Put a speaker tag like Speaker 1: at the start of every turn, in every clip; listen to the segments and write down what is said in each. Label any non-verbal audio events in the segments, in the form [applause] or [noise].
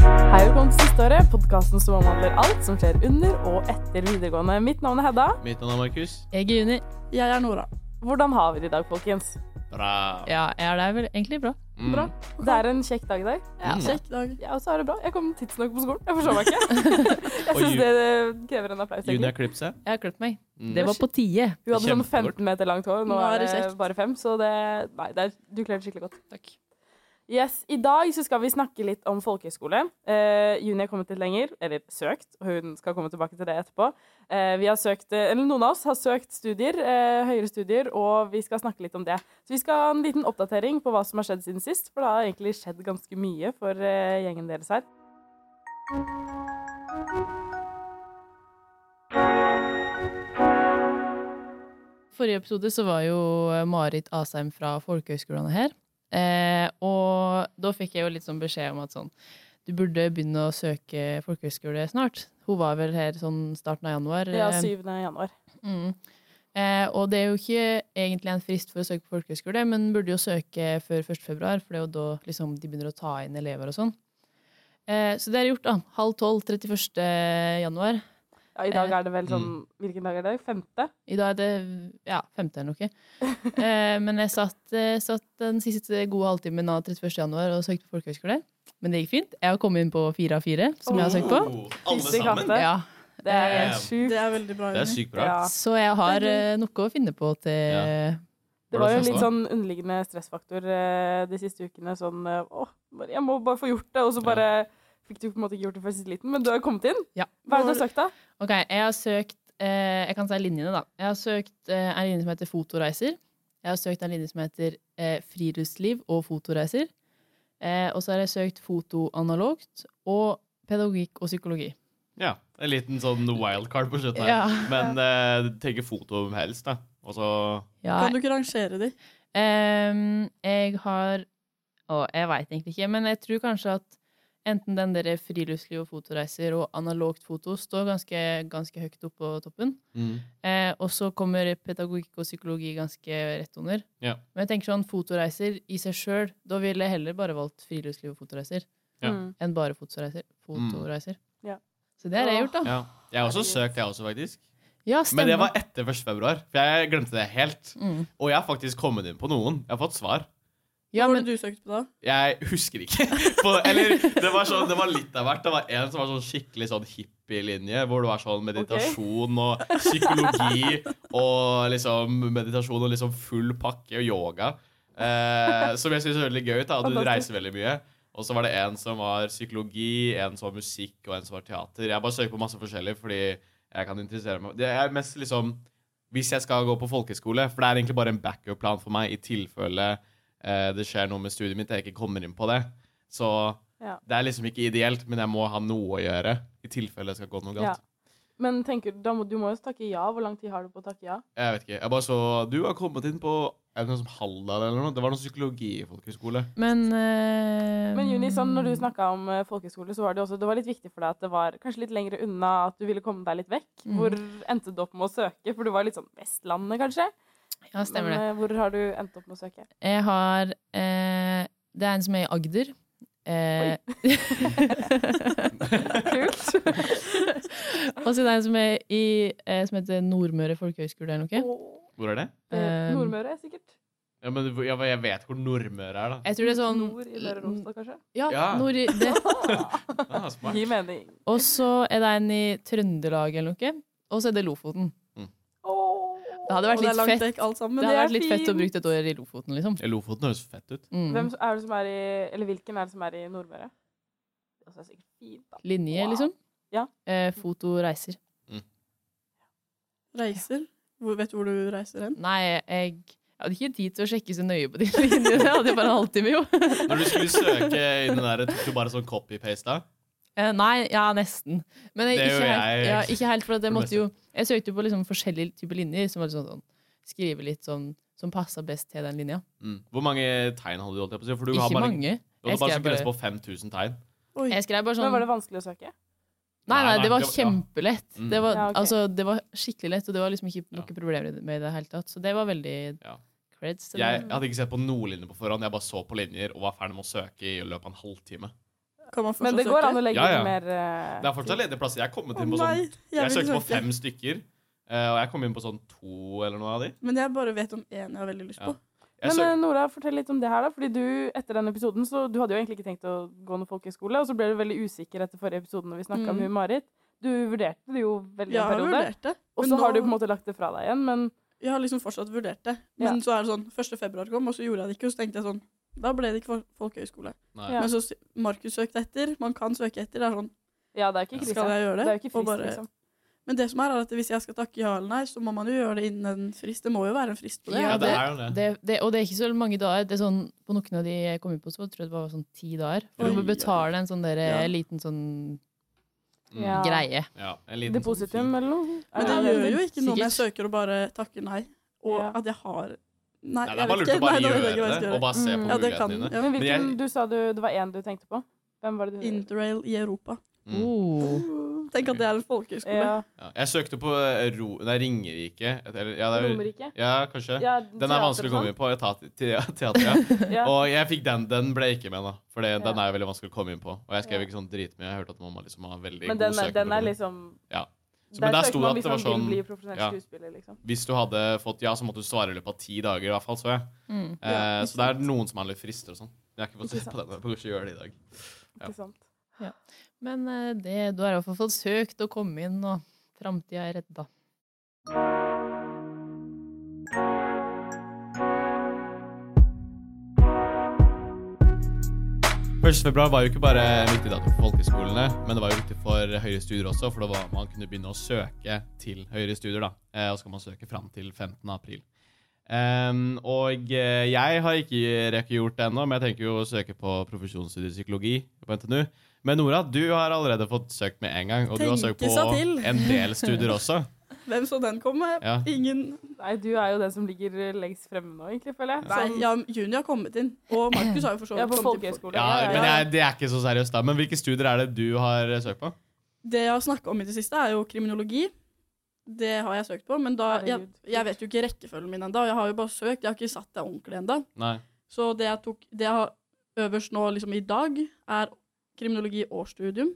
Speaker 1: Velkommen til Siste året, podkasten som omhandler alt som skjer under og etter videregående. Mitt navn er Hedda.
Speaker 2: Mitt navn er Markus.
Speaker 3: Jeg er Juni.
Speaker 4: Jeg er Nora.
Speaker 1: Hvordan har vi det i dag, folkens?
Speaker 2: Bra.
Speaker 3: Ja, jeg er der vel egentlig bra.
Speaker 2: Mm.
Speaker 4: bra.
Speaker 1: Det er en kjekk dag i dag.
Speaker 2: Ja.
Speaker 4: Kjekk Mm. dag.
Speaker 1: Jeg også har det bra. Jeg kom tidsnok på skolen. Jeg forsov meg
Speaker 2: [laughs]
Speaker 1: ikke. Jeg
Speaker 2: Og
Speaker 1: syns
Speaker 2: Ju-
Speaker 1: det krever en applaus.
Speaker 2: Juni har
Speaker 1: egentlig.
Speaker 2: klippet seg.
Speaker 3: Jeg har klippet meg.
Speaker 2: Mm.
Speaker 3: Det var på tide.
Speaker 1: Hun hadde sånn
Speaker 2: Kjempekort.
Speaker 1: 15 meter langt hår, nå er det
Speaker 4: kjekt.
Speaker 1: bare fem. Så det Nei, det er, du klarte det skikkelig godt.
Speaker 3: Takk.
Speaker 1: Yes, I dag så skal vi snakke litt om folkehøyskole. Eh, Juni har kommet litt lenger, eller søkt. Hun skal komme tilbake til det etterpå. Eh, vi har søkt, eh, eller Noen av oss har søkt studier, eh, høyere studier, og vi skal snakke litt om det. Så vi skal ha en liten oppdatering på hva som har skjedd siden sist, for det har egentlig skjedd ganske mye for eh, gjengen deres her.
Speaker 3: Forrige episode så var jo Marit Asheim fra folkehøyskolene her. Eh, og da fikk jeg jo litt sånn beskjed om at sånn, du burde begynne å søke folkehøyskole snart. Hun var vel her sånn starten av januar.
Speaker 1: Ja,
Speaker 3: eh,
Speaker 1: 7. januar.
Speaker 3: Mm. Eh, og det er jo ikke egentlig en frist for å søke på folkehøyskole, men burde jo søke før 1. februar, for det er jo da liksom, de begynner å ta inn elever og sånn. Eh, så det er gjort, da. Halv tolv 31. januar.
Speaker 1: Ja, I dag er det vel sånn Hvilken dag er det? Femte?
Speaker 3: I dag er det ja, 5.
Speaker 1: [laughs]
Speaker 3: eller noe. Eh, men jeg satt, eh, satt den siste gode halvtimen av 31. januar og søkte på folkehøyskole. Men det gikk fint. Jeg har kommet inn på fire av fire som jeg har søkt på.
Speaker 2: Oh, alle
Speaker 1: Fysi
Speaker 2: sammen.
Speaker 1: katte.
Speaker 3: Ja.
Speaker 1: Det er helt
Speaker 2: Damn.
Speaker 1: sjukt.
Speaker 4: Det er veldig bra.
Speaker 2: Det er
Speaker 4: Juni.
Speaker 2: sykt bra.
Speaker 1: Ja.
Speaker 3: Så jeg har eh, noe å finne på til
Speaker 2: Ja.
Speaker 1: Det var jo litt sånn underliggende stressfaktor eh, de siste ukene. Sånn eh, Å, bare- jeg må bare få gjort det. Og så bare fikk du på en måte ikke gjort det før siste liten, men du har kommet inn.
Speaker 3: Ja.
Speaker 1: Hva er det du har søkt, da?
Speaker 3: Ok, jeg har søkt eh, Jeg kan si linjene, da. Jeg har søkt eh, en linje som heter Fotoreiser. Jeg har søkt en linje som heter eh, Friluftsliv og fotoreiser. Eh, og så har jeg søkt fotoanalogt og pedagogikk og psykologi.
Speaker 2: Ja, En liten sånn wildcard på slutten her.
Speaker 3: Ja.
Speaker 2: Men eh, tenker foto om helst, da. Og så
Speaker 3: Ja,
Speaker 4: Kan du ikke rangere de?
Speaker 3: Ehm, jeg har Å, jeg veit egentlig ikke, men jeg tror kanskje at enten den der friluftsliv og fotoreiser og analogt foto står ganske, ganske høyt opp på toppen.
Speaker 2: Mm.
Speaker 3: Eh, og så kommer pedagogikk og psykologi ganske rett under.
Speaker 2: Ja.
Speaker 3: Men jeg tenker sånn fotoreiser i seg sjøl, da ville jeg heller bare valgt friluftsliv og fotoreiser
Speaker 2: Ja.
Speaker 1: Mm.
Speaker 3: enn bare fotoreiser.
Speaker 2: Mm.
Speaker 3: fotoreiser.
Speaker 1: Ja.
Speaker 3: Så det har jeg gjort, da.
Speaker 2: Ja. Jeg har også søkt, jeg også, faktisk.
Speaker 3: Ja, stemmer.
Speaker 2: Men det var etter 1. februar, for jeg glemte det helt.
Speaker 3: mm.
Speaker 2: Og jeg har faktisk kommet inn på noen. Jeg har fått svar.
Speaker 3: Ja,
Speaker 4: Hva var
Speaker 3: men
Speaker 4: det du søkte på da?
Speaker 2: Jeg husker ikke. [laughs] På, eller det var, sånn, det var litt av hvert. Det var en som var sånn skikkelig sånn hippielinje, hvor det var sånn meditasjon og psykologi og liksom meditasjon og liksom full pakke og yoga. Eh, som jeg syns høres veldig gøy ut. da, at Du
Speaker 1: Fantastisk.
Speaker 2: reiser veldig mye. Og så var det en som var psykologi, en som var musikk, og en som var teater. Jeg bare søker på masse forskjellig, fordi jeg kan interessere meg Det er mest liksom Hvis jeg skal gå på folkeskole, for det er egentlig bare en backup-plan for meg i tilfelle eh, det skjer noe med studiet mitt, jeg ikke kommer inn på det. Så
Speaker 1: Ja.
Speaker 2: det er liksom ikke ideelt, men jeg må ha noe å gjøre i tilfelle det skal gå noe
Speaker 1: Ja.
Speaker 2: galt.
Speaker 1: Men tenker, du- da må, du må jo takke ja. Hvor lang tid har du på å takke ja?
Speaker 2: Jeg vet ikke. Jeg bare så Du har kommet inn på er det noe som Halldal eller noe? Det var noe psykologi i folkehøyskole.
Speaker 3: Men, eh,
Speaker 1: Men Juni, sånn, når du snakka om eh, folkehøyskole, så var det, jo også, det var litt viktig for deg at det var kanskje litt lengre unna, at du ville komme deg litt vekk.
Speaker 3: Mm.
Speaker 1: Hvor endte du opp med å søke? For du var litt sånn Vestlandet, kanskje?
Speaker 3: Ja, stemmer det.
Speaker 1: Men, eh, hvor har du endt opp med å
Speaker 3: [laughs]
Speaker 1: søke?
Speaker 3: Jeg har eh, Det er en som er i Agder. Eh,
Speaker 1: Kult.
Speaker 3: [laughs] og så er det en som er i eh, Som heter Nordmøre folkehøgskole eller noe.
Speaker 1: Åh,
Speaker 2: Hvor er det?
Speaker 1: eh,
Speaker 3: Um,
Speaker 1: [laughs] Nordmøre, sikkert.
Speaker 2: Ja, men hvor- ja, men jeg vet hvor Nordmøre er, da.
Speaker 3: Jeg tror det er sånn
Speaker 1: Nord i Møre og Romsdal, kanskje?
Speaker 3: Ja,
Speaker 2: Ja.
Speaker 3: Nord i, det,
Speaker 2: Ah, smart.
Speaker 1: Gi mening.
Speaker 3: Og så er det en i Trøndelag eller noe. Og så er det Lofoten. Det hadde
Speaker 4: Og
Speaker 3: vært
Speaker 4: det er
Speaker 3: litt
Speaker 4: langt
Speaker 3: fett,
Speaker 4: vekk, alt sammen.
Speaker 3: det
Speaker 1: det
Speaker 3: hadde
Speaker 1: er
Speaker 3: vært litt fett å
Speaker 1: fint.
Speaker 3: bruke et år i Lofoten, liksom.
Speaker 2: Ja, Lofoten høres fett ut.
Speaker 1: Hvem
Speaker 4: sånn-
Speaker 3: Mm.
Speaker 1: er det som er i Eller hvilken er det som er i Nordmøre? Det er sikkert fint, da.
Speaker 3: Linje,
Speaker 1: Wow.
Speaker 3: liksom.
Speaker 1: Ja.
Speaker 3: Eh, fotoreiser.
Speaker 4: Reiser. Hvor, vet du hvor du reiser hen?
Speaker 3: Nei, jeg, jeg hadde ikke tid til å sjekke så nøye på de [laughs] linjene. Jeg hadde jo bare en halvtime, jo.
Speaker 2: Når du skulle søke i den der, tok du bare sånn copy-paste da?
Speaker 3: Eh, nei, ja, nesten. Men jeg,
Speaker 2: Det
Speaker 3: ikke,
Speaker 2: gjør
Speaker 3: helt,
Speaker 2: jeg.
Speaker 3: ja, ikke helt, for
Speaker 2: For
Speaker 3: at jeg
Speaker 2: det
Speaker 3: måtte jo Jeg søkte jo på liksom forskjellige typer linjer, som var sånn, sånn Skrive litt sånn som passa best til den linja.
Speaker 2: Mm. Hvor mange tegn hadde du holdt deg på? å si? For du har
Speaker 3: Ikke
Speaker 2: bare,
Speaker 3: mange.
Speaker 2: Du hadde
Speaker 3: Jeg
Speaker 2: bare
Speaker 3: skrev
Speaker 2: sånn grense
Speaker 3: bare-
Speaker 2: på 5000 tegn.
Speaker 4: Oi.
Speaker 3: Jeg skrev bare
Speaker 1: Men
Speaker 3: sånn
Speaker 1: var det vanskelig å søke?
Speaker 3: Nei, nei,
Speaker 2: Nei,
Speaker 3: det var
Speaker 2: nei, det var-
Speaker 3: kjempelett.
Speaker 2: Mm.
Speaker 3: Det var,
Speaker 1: Ja, ok.
Speaker 3: altså, det var skikkelig lett, og det var liksom ikke
Speaker 2: Ja.
Speaker 3: noe problem med det i det hele tatt. Så det var veldig
Speaker 2: Ja.
Speaker 3: creds. til
Speaker 2: Jeg
Speaker 3: det.
Speaker 2: hadde ikke sett på noen linjer på forhånd. Jeg bare så på linjer og var ferdig med å søke i løpet av en halvtime.
Speaker 4: Kan
Speaker 1: Men
Speaker 4: man fortsatt
Speaker 1: det går an å
Speaker 4: søke?
Speaker 1: legge
Speaker 2: Ja, ja.
Speaker 1: inn mer eh,
Speaker 2: Det er fortsatt ledige plasser. Jeg kom inn
Speaker 4: Å
Speaker 2: på
Speaker 4: nei,
Speaker 2: sånn Jeg
Speaker 4: vil
Speaker 2: søkte på
Speaker 4: søke.
Speaker 2: fem stykker, eh, og jeg kom inn på sånn to eller noe av de.
Speaker 4: Men jeg bare vet om én jeg har veldig lyst
Speaker 2: Ja.
Speaker 4: på.
Speaker 2: Jeg
Speaker 1: Men
Speaker 2: søkte
Speaker 1: eh, Nora, fortell litt om det her, da. Fordi du, etter den episoden, så du hadde jo egentlig ikke tenkt å gå noen folkehøyskole, og så ble du veldig usikker etter forrige episoden når vi snakka om
Speaker 4: Mm.
Speaker 1: hun Marit. Du vurderte det jo veldig en
Speaker 4: Jeg har
Speaker 1: periode,
Speaker 4: vurdert det.
Speaker 1: og
Speaker 4: men
Speaker 1: så
Speaker 4: nå-
Speaker 1: har du på en måte lagt det fra deg igjen, men
Speaker 4: Jeg har liksom fortsatt vurdert det. Men så er det sånn 1. februar kom, og så gjorde jeg det ikke. Og så tenkte jeg sånn Da ble det ikke fol- folkehøyskole.
Speaker 2: Nei.
Speaker 1: Ja.
Speaker 4: Men så s- Markus søkte etter. Man kan søke etter. Det er sånn
Speaker 1: ja, det er ikke krise.
Speaker 4: Skal jeg gjøre
Speaker 1: Det
Speaker 4: det?
Speaker 1: er jo ikke frist,
Speaker 4: Og bare-
Speaker 1: liksom.
Speaker 4: Men det som er, er at hvis jeg skal takke ja eller nei, så må man jo gjøre det innen en frist. Det må jo være en frist på det.
Speaker 3: Ja,
Speaker 2: Ja, det
Speaker 3: det-
Speaker 2: er jo det.
Speaker 3: Det, det, og det er ikke så mange dager. Det er sånn, på noen av de jeg kom inn på, så tror jeg det var sånn ti dager. For
Speaker 4: Oi,
Speaker 3: du må betale en sånn der,
Speaker 4: Ja.
Speaker 3: liten sånn
Speaker 2: Mm.
Speaker 1: Ja.
Speaker 3: greie.
Speaker 2: Ja, en liten sånn
Speaker 1: Depositum
Speaker 2: fin-
Speaker 1: eller noe?
Speaker 4: Men
Speaker 1: Ja,
Speaker 4: det
Speaker 1: det-
Speaker 4: gjør jo ikke noe om jeg
Speaker 3: sikkert.
Speaker 4: søker og bare takker nei, og
Speaker 1: Ja.
Speaker 4: at jeg har Nei,
Speaker 2: Nei, det
Speaker 4: jeg
Speaker 2: er bare
Speaker 4: vet
Speaker 2: lurt å
Speaker 4: ikke.
Speaker 2: bare
Speaker 4: Nei, da vet jeg ikke
Speaker 2: gjøre
Speaker 4: hva jeg skal
Speaker 2: det,
Speaker 4: gjøre.
Speaker 2: og bare se på
Speaker 1: Mm.
Speaker 4: Ja, det kan
Speaker 2: mulighetene dine.
Speaker 4: ja.
Speaker 1: Men
Speaker 2: Men
Speaker 1: hvilken
Speaker 2: jeg-
Speaker 1: Du sa du, det var én du tenkte på. Hvem var det du
Speaker 4: Interrail i Europa.
Speaker 2: Mm.
Speaker 3: Oh.
Speaker 4: Tenk at det er en folkehøyskole.
Speaker 1: Ja,
Speaker 2: Ja. Jeg søkte på eh, ro... Nei, Ringerike. Et- Eller, ja, det er,
Speaker 1: Romerike?
Speaker 2: ja, kanskje.
Speaker 1: Ja, sånn.
Speaker 2: Den er vanskelig å komme inn på. Jeg tar te- te- teater, ja.
Speaker 1: Ja.
Speaker 2: Og jeg fikk den. Den ble jeg ikke med, da. For det- den
Speaker 1: Ja.
Speaker 2: er jo veldig vanskelig å komme inn på. Og jeg skrev
Speaker 1: Ja.
Speaker 2: ikke sånn dritmye. Jeg hørte at mamma liksom har
Speaker 1: Men
Speaker 2: veldig god
Speaker 1: den er, den
Speaker 2: søkemotor.
Speaker 1: er liksom
Speaker 2: Ja. Så,
Speaker 1: Der
Speaker 2: men der
Speaker 1: søker
Speaker 2: sto
Speaker 1: man
Speaker 2: at
Speaker 1: hvis
Speaker 2: det var
Speaker 1: man
Speaker 2: sånn
Speaker 1: vil bli profesjonell
Speaker 2: ja.
Speaker 1: skuespiller, liksom.
Speaker 2: Hvis du hadde fått ja, så måtte du svare i løpet av ti dager, i hvert fall, så jeg.
Speaker 3: Mm.
Speaker 2: Eh,
Speaker 4: Ja, ikke
Speaker 2: så det er noen som har litt frister og sånn. Jeg har ikke fått
Speaker 1: Ikke
Speaker 2: se på den. Jeg får kanskje gjøre det i dag. Ja.
Speaker 1: Ikke sant?
Speaker 3: Men eh, det, du har i hvert fall fått søkt og kommet inn, og framtida er redda.
Speaker 2: Første februar var jo ikke bare en viktig dato for folkehøyskolene, men det var jo viktig for høyere studier også, for det var, man kunne begynne å søke til høyere studier, da. Eh, og så kan man søke fram til 15. april. Em, og eh, jeg har ikke rekket gjort det ennå, men jeg tenker jo å søke på profesjonsstudiet psykologi på NTNU. Men Nora, du har allerede fått søkt med en gang, og du har søkt
Speaker 4: Tenke seg til.
Speaker 2: på en del studier
Speaker 4: [laughs]
Speaker 2: også.
Speaker 4: Hvem så den komme?
Speaker 2: Ja.
Speaker 4: Ingen
Speaker 1: Nei, du er jo den som ligger lengst fremme nå, egentlig, føler jeg.
Speaker 4: Nei,
Speaker 1: Sånn-
Speaker 4: ja, Juni har kommet inn. Og Markus har jo for så
Speaker 1: ja, på
Speaker 4: vidt kommet inn.
Speaker 1: folkehøyskole.
Speaker 2: Ja,
Speaker 1: ja,
Speaker 2: men
Speaker 1: ja.
Speaker 2: jeg, det er ikke så seriøst, da. Men hvilke studier er det du har søkt på?
Speaker 4: Det jeg har snakka om i det siste, er jo kriminologi. Det har jeg søkt på, men da jeg,
Speaker 1: Herregud.
Speaker 4: jeg vet jo ikke rekkefølgen min ennå. Jeg har jo bare søkt, jeg har ikke satt det ordentlig ennå.
Speaker 2: Nei.
Speaker 4: Så det jeg tok Det jeg har øverst nå liksom i dag, er kriminologi årsstudium.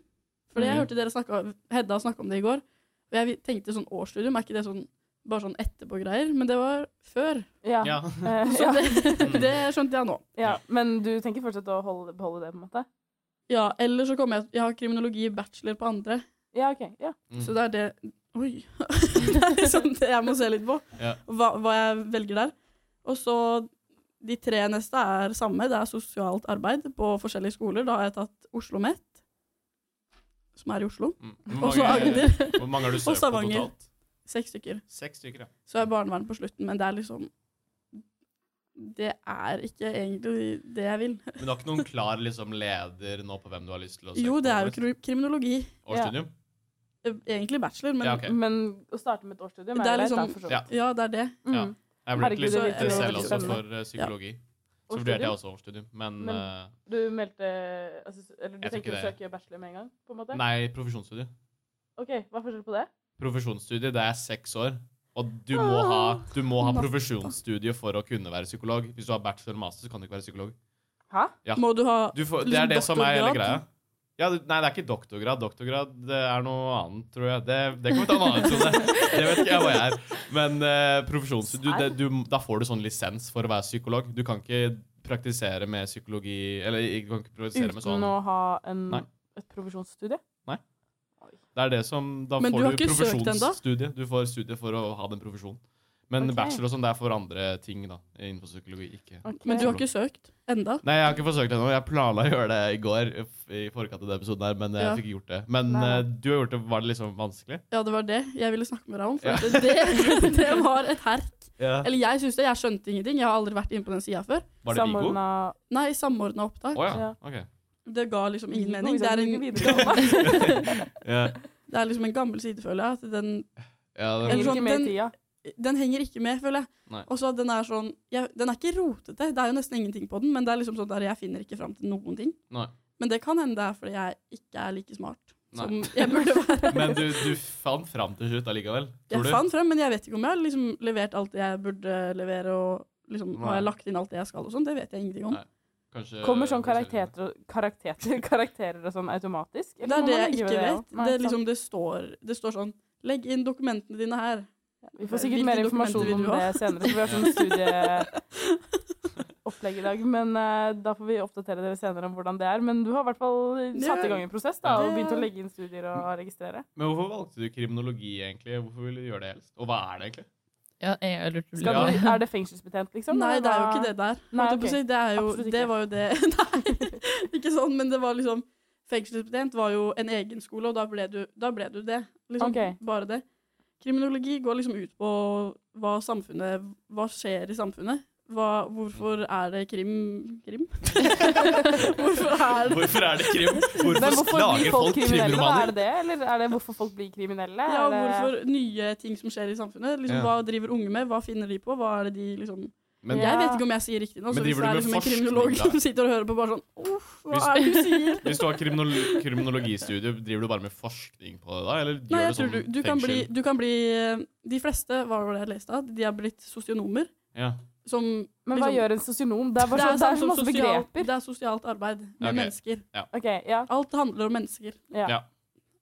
Speaker 4: Fordi jeg
Speaker 2: Mhm.
Speaker 4: hørte dere snakke Hedda snakke om det i går. Og jeg tenkte sånn årsstudium, er ikke det sånn bare sånn etterpå-greier? Men det var før.
Speaker 1: Ja.
Speaker 2: Ja.
Speaker 1: [laughs] Eh,
Speaker 4: Så
Speaker 1: ja.
Speaker 4: det, det skjønte jeg nå.
Speaker 1: ja. Men du tenker fortsatt å holde, beholde det, på en måte?
Speaker 4: Ja, eller så kommer jeg Jeg har kriminologi bachelor på andre,
Speaker 1: Ja, OK. Ja.
Speaker 2: Mm.
Speaker 4: så det er det Oi! [laughs] det er liksom det jeg må se litt på.
Speaker 2: Ja.
Speaker 4: Hva, hva jeg velger der. Og så de tre neste er samme. Det er sosialt arbeid på forskjellige skoler. Da har jeg tatt Oslo Met, som er i Oslo.
Speaker 2: Mm.
Speaker 4: Og så
Speaker 2: Hvor mange,
Speaker 4: Agder. [laughs]
Speaker 2: hvor mange har du
Speaker 4: Og
Speaker 2: søkt på
Speaker 4: Stavanger.
Speaker 2: totalt?
Speaker 4: Seks stykker.
Speaker 2: Seks stykker, ja.
Speaker 4: Så er barnevern på slutten, men det er liksom Det er ikke egentlig det jeg vil.
Speaker 2: Men du har ikke noen klar liksom, leder nå på hvem du har lyst til å søke
Speaker 4: Jo, det er jo
Speaker 2: på?
Speaker 4: kri- kriminologi.
Speaker 2: Årsstudium?
Speaker 4: Egentlig bachelor, men
Speaker 2: Ja,
Speaker 4: ja,
Speaker 2: ok.
Speaker 1: Men å starte med et årsstudium er
Speaker 4: Det er
Speaker 1: greit, da,
Speaker 4: liksom-
Speaker 1: for så vidt.
Speaker 4: det er det.
Speaker 2: Ja.
Speaker 1: Mm.
Speaker 2: Jeg vurderte
Speaker 1: Herregud,
Speaker 2: litt
Speaker 1: det
Speaker 4: virker
Speaker 2: det
Speaker 4: jo
Speaker 2: selv
Speaker 4: veldig
Speaker 2: også
Speaker 1: spennende.
Speaker 2: for eh, psykologi. Så
Speaker 1: Årsstudium?
Speaker 2: vurderte jeg også årsstudium, men,
Speaker 1: Men-
Speaker 2: eh,
Speaker 1: Du meldte altså, Eller du
Speaker 2: Jeg tror
Speaker 1: tenker å
Speaker 2: ikke det.
Speaker 1: søke bachelor med en gang? på en måte?
Speaker 2: Nei, profesjonsstudie.
Speaker 1: OK, hva er forskjellen på det?
Speaker 2: Profesjonsstudie, det er seks år. Og du må ha, du må ha
Speaker 4: natta.
Speaker 2: profesjonsstudie for å kunne være psykolog. Hvis du har bachelor og master, så kan du ikke være psykolog.
Speaker 1: Hæ?
Speaker 2: Ja.
Speaker 4: Må du ha
Speaker 2: Du får, det
Speaker 4: Liksom
Speaker 2: er det som er hele
Speaker 4: doktorgrad?
Speaker 2: greia. Ja, du, nei, det er ikke doktorgrad. Doktorgrad det er noe annet, tror jeg. Det, det kan vi ta en annen
Speaker 4: [laughs]
Speaker 2: episode. Det vet ikke jeg hva jeg er. Men eh, profesjons... Du, det, du, da får du sånn lisens for å være psykolog. Du kan ikke praktisere med psykologi Eller ikke- du kan ikke praktisere
Speaker 1: Uten
Speaker 2: med sånn
Speaker 1: å ha en,
Speaker 2: Nei.
Speaker 1: et profesjonsstudie?
Speaker 2: Det er det som Da
Speaker 4: Men du har
Speaker 2: får du
Speaker 4: ikke søkt ennå?
Speaker 2: profesjonsstudie. Du får studie for å ha den profesjonen. Men
Speaker 1: Ok.
Speaker 2: bachelor og sånn, det er for andre ting, da. Innenfor psykologi. Ikke
Speaker 1: Ok.
Speaker 4: Men du har ikke søkt enda?
Speaker 2: Nei, jeg har ikke forsøkt det ennå. Jeg planla å gjøre det i går, i forkant av den episoden her, men jeg
Speaker 4: Ja.
Speaker 2: fikk ikke gjort det. Men
Speaker 1: Nei.
Speaker 2: eh, du har gjort det. Var det liksom vanskelig?
Speaker 4: Ja, det var det jeg ville snakke med deg om. For
Speaker 2: Ja.
Speaker 4: at det, [laughs] det var et herk.
Speaker 2: Ja.
Speaker 4: Eller jeg syns det. Jeg skjønte ingenting. Jeg har aldri vært inne på den sida før.
Speaker 2: Var det Viggo?
Speaker 1: Samordna-
Speaker 4: Nei, samordna
Speaker 2: Å
Speaker 4: opptak.
Speaker 2: ja.
Speaker 1: Ja.
Speaker 2: Ok.
Speaker 4: Det ga liksom ingen
Speaker 1: Viggo,
Speaker 4: mening.
Speaker 1: hvis
Speaker 4: Det er,
Speaker 1: jeg
Speaker 4: en,
Speaker 1: bruker
Speaker 4: [laughs]
Speaker 1: videregående.
Speaker 2: Ja.
Speaker 4: det er liksom en gammel side, føler jeg. At den,
Speaker 2: Ja,
Speaker 1: Henger
Speaker 2: det,
Speaker 4: Eller-
Speaker 1: ikke med i
Speaker 4: den-
Speaker 1: tida.
Speaker 4: den henger ikke med, føler jeg.
Speaker 2: Nei.
Speaker 4: Og så at den er sånn jeg, Den er ikke rotete. Det er jo nesten ingenting på den, men det er liksom sånn der jeg finner ikke fram til noen ting.
Speaker 2: Nei.
Speaker 4: Men det kan hende det er fordi jeg ikke er like smart som
Speaker 2: Nei.
Speaker 4: jeg burde være.
Speaker 2: [laughs]
Speaker 1: sånn-
Speaker 2: men du, du fant fram til slutt allikevel? Tror
Speaker 4: Jeg
Speaker 2: du?
Speaker 4: fant frem, men jeg vet ikke om jeg har liksom levert alt det jeg burde levere, og liksom,
Speaker 2: Nei.
Speaker 4: har jeg lagt inn alt det jeg skal og sånn. Det vet jeg ingenting om.
Speaker 2: Nei. Kanskje
Speaker 1: Kommer sånn karakterer, og- karakterer, karakterer og sånn automatisk?
Speaker 4: Det er det jeg ikke vet.
Speaker 1: Nei,
Speaker 4: Det, er
Speaker 1: sant.
Speaker 4: liksom, det, står, det står sånn Legg inn dokumentene dine her.
Speaker 1: Vi får sikkert
Speaker 4: Hvilke
Speaker 1: mer
Speaker 4: dokumenter
Speaker 1: informasjon
Speaker 4: vil
Speaker 1: om
Speaker 4: du ha?
Speaker 1: det senere, for vi har sånn studieopplegg i dag. Men eh, da får vi oppdatere dere senere om hvordan det er. Men du har i hvert fall satt i gang en prosess da, og begynt å legge inn studier og registrere.
Speaker 2: Men hvorfor valgte du kriminologi, egentlig? Hvorfor ville du gjøre det helst? Og hva er det, egentlig?
Speaker 3: Ja, jeg har lurt
Speaker 1: Skal
Speaker 2: Ja.
Speaker 1: du, er det fengselsbetjent, liksom?
Speaker 4: Nei,
Speaker 1: eller
Speaker 4: det Sånn er jo
Speaker 1: hva?
Speaker 4: ikke det der.
Speaker 1: Nei,
Speaker 4: holdt jeg på å
Speaker 1: ok.
Speaker 4: si. det, er jo,
Speaker 1: Absolutt ikke.
Speaker 4: det var jo det [laughs] Nei, ikke sånn, men det var liksom Fengselsbetjent var jo en egen skole, og da ble du, da ble du det. Liksom,
Speaker 1: Ok.
Speaker 4: Bare det. Kriminologi går liksom ut på hva samfunnet Hva skjer i samfunnet? Hva, hvorfor er det krim Krim? [laughs] hvorfor er det
Speaker 2: Hvorfor er det
Speaker 1: [laughs]
Speaker 2: krim?
Speaker 1: Men
Speaker 2: Hvorfor
Speaker 1: hvorfor blir
Speaker 2: lager
Speaker 1: folk
Speaker 2: folk
Speaker 1: kriminelle? da? Er
Speaker 2: krimromaner?
Speaker 1: det det, eller er det hvorfor folk blir kriminelle?
Speaker 4: Ja,
Speaker 1: Er det-
Speaker 4: hvorfor nye ting som skjer i samfunnet? Liksom,
Speaker 2: Ja.
Speaker 4: Hva driver unge med? Hva finner de på? Hva er det de liksom
Speaker 2: Men
Speaker 1: Ja.
Speaker 4: Jeg vet ikke om jeg sier riktig nå,
Speaker 2: Men
Speaker 4: så hvis
Speaker 2: driver
Speaker 4: det er
Speaker 2: du
Speaker 4: liksom
Speaker 2: med
Speaker 4: en kriminolog
Speaker 2: forskning, da?
Speaker 4: som sitter og hører på bare sånn Uff, hva
Speaker 2: Hvis-
Speaker 4: er det du sier?
Speaker 2: [laughs] hvis du har kriminolo- kriminologistudium, driver du bare med forskning på det da? Eller gjør
Speaker 4: Nei, jeg
Speaker 2: du
Speaker 4: tror
Speaker 2: sånn
Speaker 4: du, du, kan
Speaker 2: fengsel?
Speaker 4: bli, du kan bli eh, De fleste, hva var det jeg leste av, de har blitt sosionomer.
Speaker 2: Ja.
Speaker 4: Som
Speaker 1: Men hva
Speaker 4: liksom-
Speaker 1: gjør en sosionom? Det er bare så,
Speaker 4: det er,
Speaker 1: det er
Speaker 4: samme
Speaker 1: så
Speaker 4: som
Speaker 1: masse
Speaker 4: sosialt-
Speaker 1: begreper.
Speaker 4: det er sosialt arbeid med
Speaker 2: Ok.
Speaker 4: mennesker.
Speaker 1: Ok, ja.
Speaker 4: Alt handler om mennesker.
Speaker 1: ja.
Speaker 2: Ja.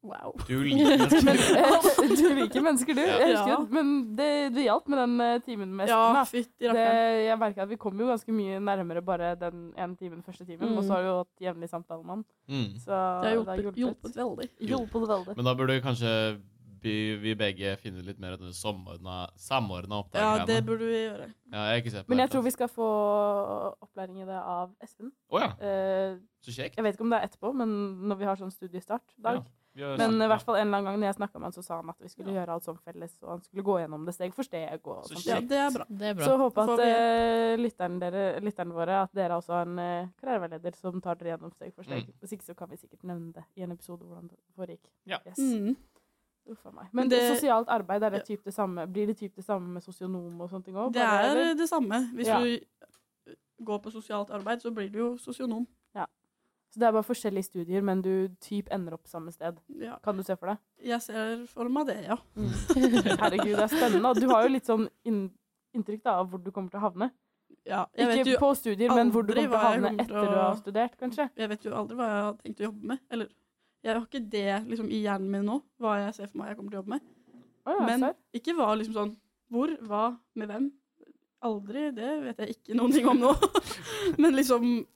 Speaker 4: Wow.
Speaker 2: Du
Speaker 1: [laughs]
Speaker 2: liker
Speaker 1: Men eh, du liker mennesker, du.
Speaker 2: Ja.
Speaker 1: Jeg husker
Speaker 4: Ja.
Speaker 1: det. Men det, det hjalp med den eh, timen med Espen.
Speaker 4: Ja,
Speaker 1: da.
Speaker 4: fytti
Speaker 1: Det,
Speaker 4: rakkeren.
Speaker 1: jeg merket at Vi kom jo ganske mye nærmere bare den ene timen, første timen.
Speaker 4: Mm.
Speaker 1: Og så har vi jo hatt jevnlig samtale med han.
Speaker 2: mm.
Speaker 1: Så
Speaker 4: Det har hjulpet,
Speaker 1: hjulpet.
Speaker 4: hjulpet veldig.
Speaker 1: Hjulpet veldig.
Speaker 2: Men da burde kanskje vi, vi begge finne ut litt mer av denne samordna, samordna
Speaker 4: Ja,
Speaker 2: oppdragene.
Speaker 4: det burde vi gjøre.
Speaker 2: Ja, jeg har ikke sett på
Speaker 1: Men
Speaker 2: det
Speaker 1: jeg tror
Speaker 2: helt.
Speaker 1: vi skal få opplæring i det av Espen.
Speaker 2: Å ja,
Speaker 1: Eh,
Speaker 2: så kjekt.
Speaker 1: jeg vet ikke om det er etterpå, men når vi har sånn studiestart-dag.
Speaker 2: Ja. Vi har-
Speaker 1: Men i
Speaker 2: ja.
Speaker 1: hvert fall en eller annen gang når jeg snakket med han, så sa han at vi skulle gjøre alt som felles, og han skulle gå gjennom det steg for steg. Og
Speaker 2: Så
Speaker 1: sånt.
Speaker 4: Ja,
Speaker 2: Shit.
Speaker 4: det er bra.
Speaker 3: Det er bra.
Speaker 1: Så håper jeg
Speaker 4: Får
Speaker 1: at
Speaker 4: vi-
Speaker 1: eh, lytterne, dere, lytterne våre at dere også har en eh, karriereveileder som tar dere gjennom steg for steg.
Speaker 2: Mm.
Speaker 1: Hvis ikke så kan vi sikkert nevne det i en episode hvordan det foregikk.
Speaker 2: Ja.
Speaker 1: Yes.
Speaker 4: Mm.
Speaker 1: Uff a meg. Men,
Speaker 4: Men det-
Speaker 1: sosialt arbeid, er det typ det samme? blir det typ det samme med sosionom og sånne ting òg?
Speaker 4: Det er det samme. Hvis
Speaker 1: Ja.
Speaker 4: du går på sosialt arbeid, så blir du jo sosionom.
Speaker 1: Så det er bare forskjellige studier, men du typ ender opp samme sted.
Speaker 4: Ja.
Speaker 1: Kan du se
Speaker 2: [laughs]
Speaker 1: for deg?
Speaker 4: Jeg ser for meg det, ja.
Speaker 1: Herregud, det er spennende. Og du har jo litt sånn inn inntrykk da, av hvor du kommer til å havne.
Speaker 4: ja. Jeg vet
Speaker 1: ikke
Speaker 4: jo
Speaker 1: på studier, men hvor du
Speaker 4: aldri
Speaker 1: kommer til å
Speaker 4: hva jeg
Speaker 1: havne
Speaker 4: kommer
Speaker 1: etter
Speaker 4: til å-
Speaker 1: du har studert, kanskje.
Speaker 4: Jeg vet jo aldri hva jeg har tenkt å jobbe med. Eller jeg har ikke det liksom, i hjernen min nå, hva jeg ser for meg jeg kommer til å jobbe med.
Speaker 1: Å ja,
Speaker 4: Men
Speaker 1: serr.
Speaker 4: ikke hva liksom sånn Hvor, hva, med hvem. Aldri. Det vet jeg ikke noen ting om nå. [laughs] Men liksom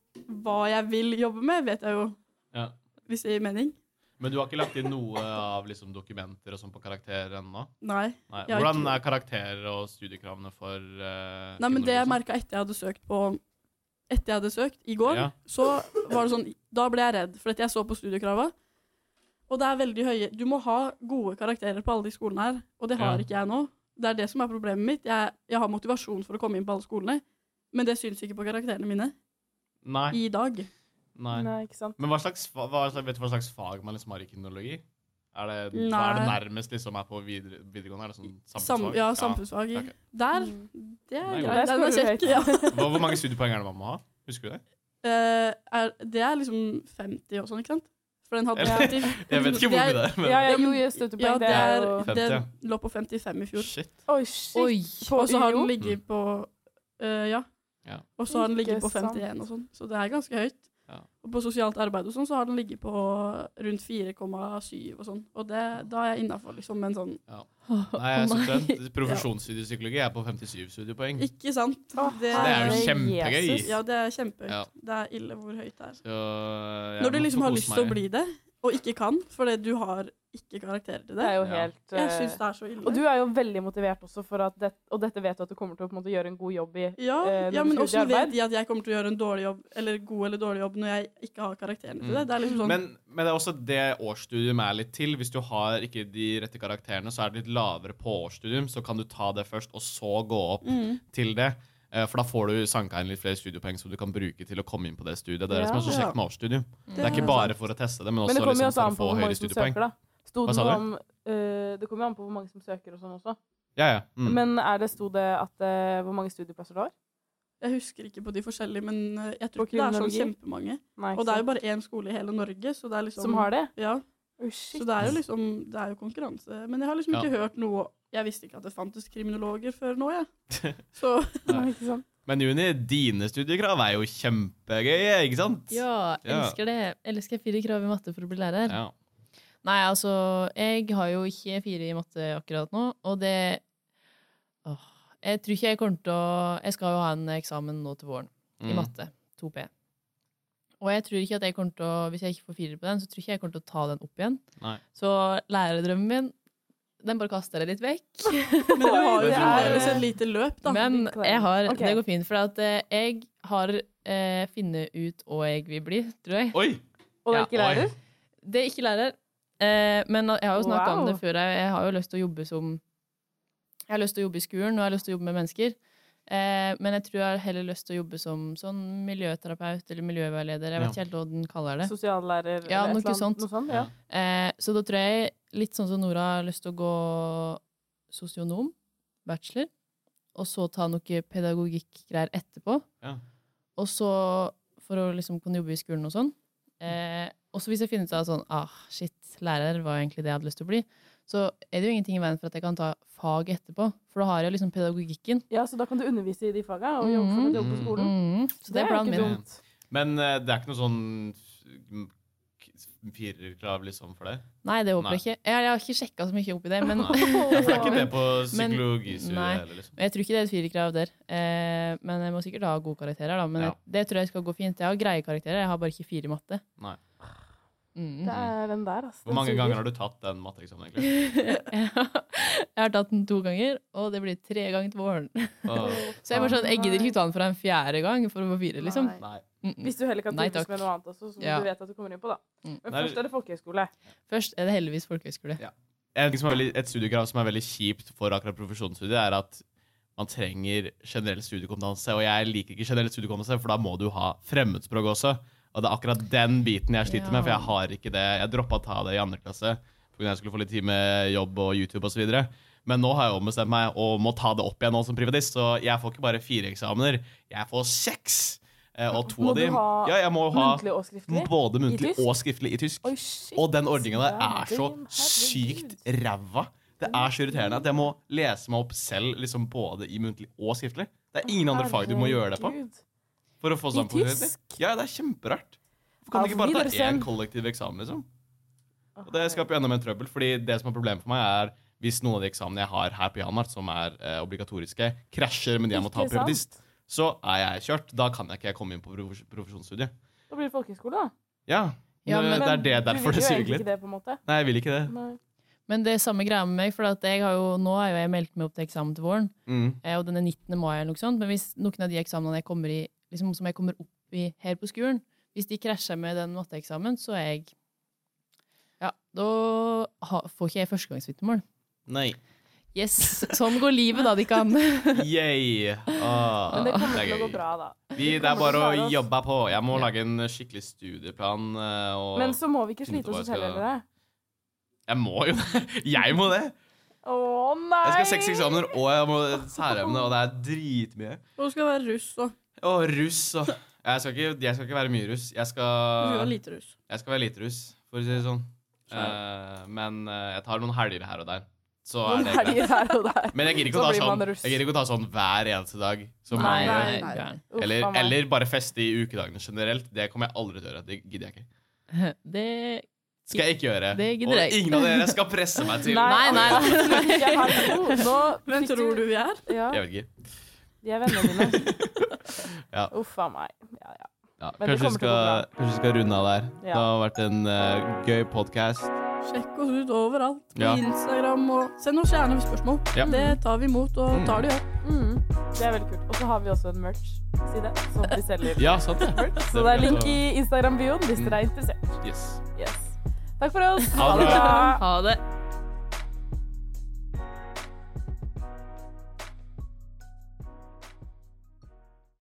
Speaker 4: hva jeg vil jobbe med, vet jeg jo,
Speaker 2: Ja.
Speaker 4: hvis det gir mening.
Speaker 2: Men du har ikke lagt inn noe av liksom, dokumenter og sånn på karakterer ennå?
Speaker 4: Nei.
Speaker 2: Nei.
Speaker 4: Jeg har
Speaker 2: Hvordan
Speaker 4: ikke-
Speaker 2: er karakterer og studiekravene for eh,
Speaker 4: Nei, men det jeg
Speaker 2: kriminologi og sånn?
Speaker 4: merka etter jeg hadde søkt på Etter jeg hadde søkt i går,
Speaker 2: Ja.
Speaker 4: så var det sånn Da ble jeg redd, for at jeg så på studiekrava. Og det er veldig høye Du må ha gode karakterer på alle de skolene her, og det har
Speaker 2: Ja.
Speaker 4: ikke jeg nå. Det er det som er problemet mitt. Jeg, jeg har motivasjon for å komme inn på alle skolene, men det syns ikke på karakterene mine
Speaker 2: Nei.
Speaker 4: i dag.
Speaker 2: Nei.
Speaker 1: Nei, ikke sant.
Speaker 2: Men hva slags, fa- hva, slags- vet du hva slags fag man liksom har i kriminologi? Er det, hva er det
Speaker 4: Nei.
Speaker 2: nærmest liksom er på videre, videregående? Er det sånn
Speaker 4: Sam,
Speaker 2: samfunnsfag?
Speaker 4: ja, samfunnsfag.
Speaker 2: ok.
Speaker 4: Der.
Speaker 1: Mm.
Speaker 4: Det
Speaker 2: Nei,
Speaker 4: er
Speaker 2: jo.
Speaker 1: Der
Speaker 4: greit. Den er
Speaker 1: scorer
Speaker 4: kjekk.
Speaker 1: du
Speaker 4: Ja. [laughs]
Speaker 2: Hvor, hvor mange studiepoeng er det man må ha? Husker du det?
Speaker 4: Eh, er, det er liksom 50 og sånn, ikke sant? For den hadde
Speaker 2: Eller-
Speaker 4: 50.
Speaker 2: Jeg vet ikke hvor mye det er, men
Speaker 1: Ja, ja, jo,
Speaker 4: men-
Speaker 1: jo, støttepoeng.
Speaker 4: Ja,
Speaker 1: det er jo
Speaker 2: 50,
Speaker 4: det
Speaker 2: ja.
Speaker 4: lå på 55 i fjor.
Speaker 2: shit.
Speaker 1: Oi, shit.
Speaker 3: Oi!
Speaker 1: På
Speaker 4: Og så har den
Speaker 1: UiO?
Speaker 4: ligget på øh, Ja.
Speaker 2: Mm. Ja.
Speaker 4: Og så har den
Speaker 1: Ikke
Speaker 4: ligget på
Speaker 1: sant.
Speaker 4: 51 og sånn, så det er ganske høyt.
Speaker 2: Ja.
Speaker 4: Og på sosialt arbeid og sånn, så har den ligget på rundt 4,7 og sånn. Og det, da er jeg innafor, liksom. Men sånn
Speaker 2: Nei, jeg er
Speaker 3: [laughs]
Speaker 2: student. Profesjonsstudiepsykologi er på 57 studiepoeng.
Speaker 4: Ikke sant?
Speaker 1: Åh,
Speaker 4: det,
Speaker 2: Så Mm. det er jo
Speaker 1: Jesus.
Speaker 2: kjempegøy.
Speaker 4: Ja, det er kjempehøyt.
Speaker 2: Ja.
Speaker 4: Det er ille hvor høyt det er.
Speaker 2: Så jeg
Speaker 4: Når du
Speaker 2: må
Speaker 4: liksom
Speaker 2: få
Speaker 4: har
Speaker 2: kose
Speaker 4: lyst til å
Speaker 2: meg.
Speaker 4: bli det, og ikke kan, fordi du har ikke karakterer til
Speaker 1: Det
Speaker 4: det
Speaker 1: er jo
Speaker 2: Ja.
Speaker 1: helt
Speaker 4: Jeg
Speaker 1: eh,
Speaker 4: syns det er så ille.
Speaker 1: Og du er jo veldig motivert også, for at det, og dette vet du at du kommer til å på en måte, gjøre en god jobb i.
Speaker 4: ja,
Speaker 1: eh, når
Speaker 4: ja,
Speaker 1: du skal
Speaker 4: men
Speaker 1: ut i
Speaker 4: også
Speaker 1: arbeid.
Speaker 4: vet de at jeg kommer til å gjøre en dårlig jobb, eller god eller dårlig jobb når jeg ikke har karakterene til det. Det er liksom sånn
Speaker 2: Mm. Men, men det er også det årsstudium er litt til. Hvis du har ikke de rette karakterene, så er det litt lavere på årsstudium. Så kan du ta det først, og så gå opp
Speaker 4: Mm.
Speaker 2: til det. Eh, For da får du sanka inn litt flere studiepoeng som du kan bruke til å komme inn på det studiet. Det er det som er så
Speaker 4: Ja.
Speaker 2: kjekt med årsstudium. Det
Speaker 4: Det
Speaker 2: er ikke
Speaker 4: er
Speaker 2: bare for å teste det, men også,
Speaker 1: Men det kommer jo
Speaker 2: liksom,
Speaker 1: også
Speaker 2: for
Speaker 1: an
Speaker 2: å
Speaker 1: på
Speaker 2: få
Speaker 1: hvor mange
Speaker 2: høyere
Speaker 1: som
Speaker 2: studiepoeng.
Speaker 1: søker, da. Sto
Speaker 2: Hva
Speaker 1: det
Speaker 2: sa
Speaker 1: noe
Speaker 2: du?
Speaker 1: om eh, Det kommer jo an på hvor mange som søker og sånn også.
Speaker 2: Ja, ja. Mm.
Speaker 1: Men er det, sto det at eh, hvor mange studieplasser du har?
Speaker 4: Jeg husker ikke på de forskjellige, men eh, jeg
Speaker 1: På
Speaker 4: tror ikke det er sånn
Speaker 1: kriminologi?
Speaker 4: kjempemange.
Speaker 1: Nei,
Speaker 4: Og det er jo bare én skole i hele Norge, så det er liksom
Speaker 1: som har det?
Speaker 4: Ja,
Speaker 1: Oh, shit.
Speaker 4: så det er jo liksom Det er jo konkurranse. Men jeg har liksom
Speaker 2: Ja. [laughs]
Speaker 4: ikke hørt noe Jeg visste ikke at det fantes kriminologer før nå, jeg. Så
Speaker 1: Nei, ikke sant?
Speaker 2: Men Juni, dine studiekrav er jo kjempegøye, ikke sant?
Speaker 3: Ja,
Speaker 2: Ja.
Speaker 3: elsker det. Elsker fire krav i matte for å bli lærer.
Speaker 2: Ja.
Speaker 3: Nei, altså, jeg har jo ikke fire i matte akkurat nå, og det åh, Jeg tror ikke jeg kommer til å Jeg skal jo ha en eksamen nå til våren i
Speaker 2: Mm.
Speaker 3: matte. 2P. Og jeg tror ikke at jeg kommer til å Hvis jeg ikke får fire på den, så tror ikke jeg kommer til å ta den opp igjen.
Speaker 2: Nei.
Speaker 3: Så lærerdrømmen min, den bare kaster jeg litt vekk.
Speaker 4: Men dere har jo
Speaker 2: Det
Speaker 4: det
Speaker 2: er-
Speaker 4: er også et lite løp, da.
Speaker 3: Men
Speaker 1: din klem.
Speaker 3: jeg har,
Speaker 1: Ok.
Speaker 3: det går fint, for at eh, jeg har eh, funnet ut hva jeg vil bli, tror jeg.
Speaker 2: Oi!
Speaker 1: Og det er
Speaker 3: Ja,
Speaker 1: ikke lærer?
Speaker 3: Det er ikke lærer. Eh, men jeg har jo snakka om
Speaker 1: Wow.
Speaker 3: det før. Jeg, jeg har jo lyst til å jobbe som Jeg har lyst til å jobbe i skolen, og jeg har lyst til å jobbe med mennesker. Eh, men jeg tror jeg har heller lyst til å jobbe som sånn miljøterapeut eller miljøveileder. Jeg vet ikke helt hva den kaller det.
Speaker 1: Sosiallærer?
Speaker 3: Ja,
Speaker 1: eller et eller
Speaker 3: noe
Speaker 1: annet-
Speaker 3: sånt.
Speaker 1: Noe sånt ja.
Speaker 3: Eh, så da tror jeg, litt sånn som Nora, har lyst til å gå sosionom, bachelor, og så ta noe pedagogikkgreier etterpå.
Speaker 2: Ja.
Speaker 3: Og så, for å liksom kunne jobbe i skolen og sånn. Eh, og så hvis jeg finner ut av sånn, ah, shit, lærer var egentlig det jeg hadde lyst til å bli, så er det jo ingenting i veien for at jeg kan ta fag etterpå, for da har jeg liksom pedagogikken.
Speaker 1: ja, så da kan du undervise i de faga og jobbe for å jobbe på
Speaker 2: Mm.
Speaker 1: skolen.
Speaker 3: Så [laughs] det er planen
Speaker 1: ikke
Speaker 3: min.
Speaker 2: min.
Speaker 1: dumt.
Speaker 2: Men eh, det er ikke noe sånn firerkrav liksom for det?
Speaker 3: Nei, det håper
Speaker 2: Nei.
Speaker 3: jeg ikke. Jeg, jeg har ikke sjekka så mye opp i det, men
Speaker 2: Nei.
Speaker 1: [laughs]
Speaker 2: Ja, for det er ikke det på
Speaker 3: Men-
Speaker 2: psykologistudiet
Speaker 3: nei.
Speaker 2: heller, liksom.
Speaker 3: Og Jeg tror ikke det er et firerkrav der. Eh, men jeg må sikkert ha gode karakterer, da. Men
Speaker 2: Ja.
Speaker 3: jeg, det tror jeg skal gå fint. Jeg har greie karakterer, jeg har bare ikke fire i matte.
Speaker 2: Nei.
Speaker 1: Det
Speaker 3: Mm.
Speaker 1: er den der, altså.
Speaker 2: Hvor mange ganger har du tatt den matteeksamen, egentlig?
Speaker 3: [laughs] jeg har tatt den to ganger, og det blir tre ganger til våren. [laughs]
Speaker 2: Åh,
Speaker 3: Så jeg, er bare sånn, jeg gidder ikke ta den for en fjerde gang for å få fire, liksom.
Speaker 2: nei.
Speaker 3: Mm.
Speaker 1: Hvis du heller kan
Speaker 3: Nei,
Speaker 1: trives
Speaker 3: takk.
Speaker 1: med noe annet også, som
Speaker 3: Ja.
Speaker 1: du vet at du kommer inn på, da.
Speaker 3: Mm.
Speaker 1: Men
Speaker 2: Nei,
Speaker 1: først er det folkehøyskole.
Speaker 3: Først er det heldigvis folkehøyskole.
Speaker 2: En ting som er veldig, et studiekrav som er veldig kjipt for akkurat profesjonsstudiet, er at man trenger generell studiekompetanse. Og jeg liker ikke generell studiekompetanse, for da må du ha fremmedspråk også. Og det er akkurat den biten jeg sliter
Speaker 3: Ja.
Speaker 2: med, for jeg har ikke det. Jeg droppa å ta det i andre klasse fordi jeg skulle få litt tid med jobb og YouTube osv. Men nå har jeg ombestemt meg og må ta det opp igjen nå som privatist, så jeg får ikke bare fire eksamener, jeg får seks! Eh, Og to
Speaker 1: Må
Speaker 2: av
Speaker 1: du
Speaker 2: de
Speaker 1: ha
Speaker 2: Ja, jeg må ha
Speaker 1: Muntlig og skriftlig.
Speaker 2: både
Speaker 1: I
Speaker 2: muntlig
Speaker 1: tysk?
Speaker 2: og skriftlig i tysk.
Speaker 1: Oi, shit.
Speaker 2: Og den ordninga der
Speaker 1: Ja,
Speaker 2: er så
Speaker 1: damn, herregud.
Speaker 2: sykt ræva. Det er så irriterende at jeg må lese meg opp selv liksom både i muntlig og skriftlig. Det er ingen andre fag du må gjøre det på.
Speaker 1: Herregud.
Speaker 2: For å få
Speaker 1: I
Speaker 2: standpunkt.
Speaker 1: tysk?
Speaker 2: Ja, det er kjemperart. Hvorfor Kan du ikke
Speaker 1: Auf
Speaker 2: bare ta
Speaker 1: Wiedersehen.
Speaker 2: én kollektiv eksamen, liksom? Og det skaper jo enda mer trøbbel, fordi det som er problemet for meg, er hvis noen av de eksamenene jeg har her på Janmart, som er eh, obligatoriske, krasjer med de jeg må ta
Speaker 1: Ikke
Speaker 2: privatist, så er jeg kjørt. Da kan jeg ikke komme inn på profes- profesjonsstudiet.
Speaker 1: Da blir det folkehøyskole, da.
Speaker 2: Ja,
Speaker 3: Ja,
Speaker 2: men,
Speaker 3: men-
Speaker 2: det er det
Speaker 1: Men
Speaker 2: derfor
Speaker 1: du vil
Speaker 2: det
Speaker 1: jo
Speaker 2: suger
Speaker 1: egentlig
Speaker 2: litt.
Speaker 1: ikke det, på en måte.
Speaker 2: Nei, jeg vil ikke det.
Speaker 1: Nei.
Speaker 3: Men det er samme greia med meg, for at jeg har jo, nå er jo jeg meldt meg opp til eksamen til våren.
Speaker 2: Mm.
Speaker 3: Eh, og den er 19. mai eller noe sånt, men hvis noen av de eksamene jeg kommer i, liksom, som jeg kommer opp i her på skolen, hvis de krasjer med den matteeksamen, så er jeg Ja, da ha, får ikke jeg førstegangsvitnemål.
Speaker 2: Nei.
Speaker 3: Yes! Sånn går livet, da, de kan.
Speaker 2: Yay! Åh,
Speaker 1: Men det kommer
Speaker 2: er
Speaker 1: til å gå
Speaker 2: gøy.
Speaker 1: bra, da.
Speaker 2: Vi, det er
Speaker 1: kommer
Speaker 2: bare
Speaker 1: til å
Speaker 2: å
Speaker 1: klare oss.
Speaker 2: jobbe på. Jeg må
Speaker 3: Ja.
Speaker 2: lage en skikkelig studieplan. eh, Og
Speaker 1: Men så må vi ikke
Speaker 2: Finne ut
Speaker 1: slite oss
Speaker 2: hva
Speaker 1: ut
Speaker 2: jeg
Speaker 1: heller,
Speaker 2: skal-
Speaker 1: dere.
Speaker 2: Jeg må jo det! [laughs] Jeg må det!
Speaker 1: Å nei!
Speaker 2: Jeg skal ha seks eksamener, og jeg må særemne, og det er dritmye.
Speaker 4: Og du skal være russ, da. Du
Speaker 2: Og russ og jeg skal, ikke, jeg skal ikke være mye russ. Jeg
Speaker 4: skal være
Speaker 2: skal,
Speaker 4: lite russ.
Speaker 2: jeg skal være lite russ, for å si det sånn. Eh, men eh, jeg tar noen helger her og der. Så er det greit.
Speaker 1: Helger her og der.
Speaker 2: Men jeg gidder ikke,
Speaker 1: Så
Speaker 2: å ta
Speaker 1: blir man
Speaker 2: sånn,
Speaker 1: russ.
Speaker 2: jeg gidder ikke å ta sånn hver eneste dag. Som
Speaker 3: Nei,
Speaker 2: mange-
Speaker 3: nei,
Speaker 4: nei.
Speaker 3: gæren.
Speaker 1: Uff,
Speaker 2: Eller,
Speaker 1: faen meg.
Speaker 2: eller bare feste i ukedagene generelt. Det kommer jeg aldri til å gjøre. Det gidder jeg ikke.
Speaker 3: [laughs] Det
Speaker 2: Skal jeg ikke gjøre.
Speaker 3: Det gidder
Speaker 2: og
Speaker 3: jeg ikke.
Speaker 2: ingen av dere skal presse meg til
Speaker 1: [laughs] Nei,
Speaker 3: Nei, nei, nei.
Speaker 1: absolutt [laughs] ikke. Hallo, Nå
Speaker 4: Hvem
Speaker 1: fikk
Speaker 4: tror du vi er?
Speaker 1: Ja,
Speaker 2: Jeg vet ikke.
Speaker 1: de er vennene dine.
Speaker 2: [laughs] Ja.
Speaker 1: Uff a meg. Ja, ja.
Speaker 2: Ja,
Speaker 1: Men det kommer
Speaker 2: kanskje, vi
Speaker 1: til å
Speaker 2: skal,
Speaker 1: gå
Speaker 2: kanskje vi skal runde av der.
Speaker 1: Ja.
Speaker 2: Det har vært en eh, gøy podkast.
Speaker 4: Sjekk oss ut overalt. På
Speaker 2: Ja.
Speaker 4: Instagram og Send oss gjerne spørsmål.
Speaker 2: Ja.
Speaker 4: Det tar vi imot, og tar det jo.
Speaker 1: Mm. Det er veldig kult. Og så har vi også en merch-side som vi selger.
Speaker 2: [laughs] Ja, sant det.
Speaker 1: Så det er link i Instagram-bioen hvis dere er interessert.
Speaker 2: Yes.
Speaker 1: Yes. Takk for oss.
Speaker 2: Ha det bra.
Speaker 3: Ha det.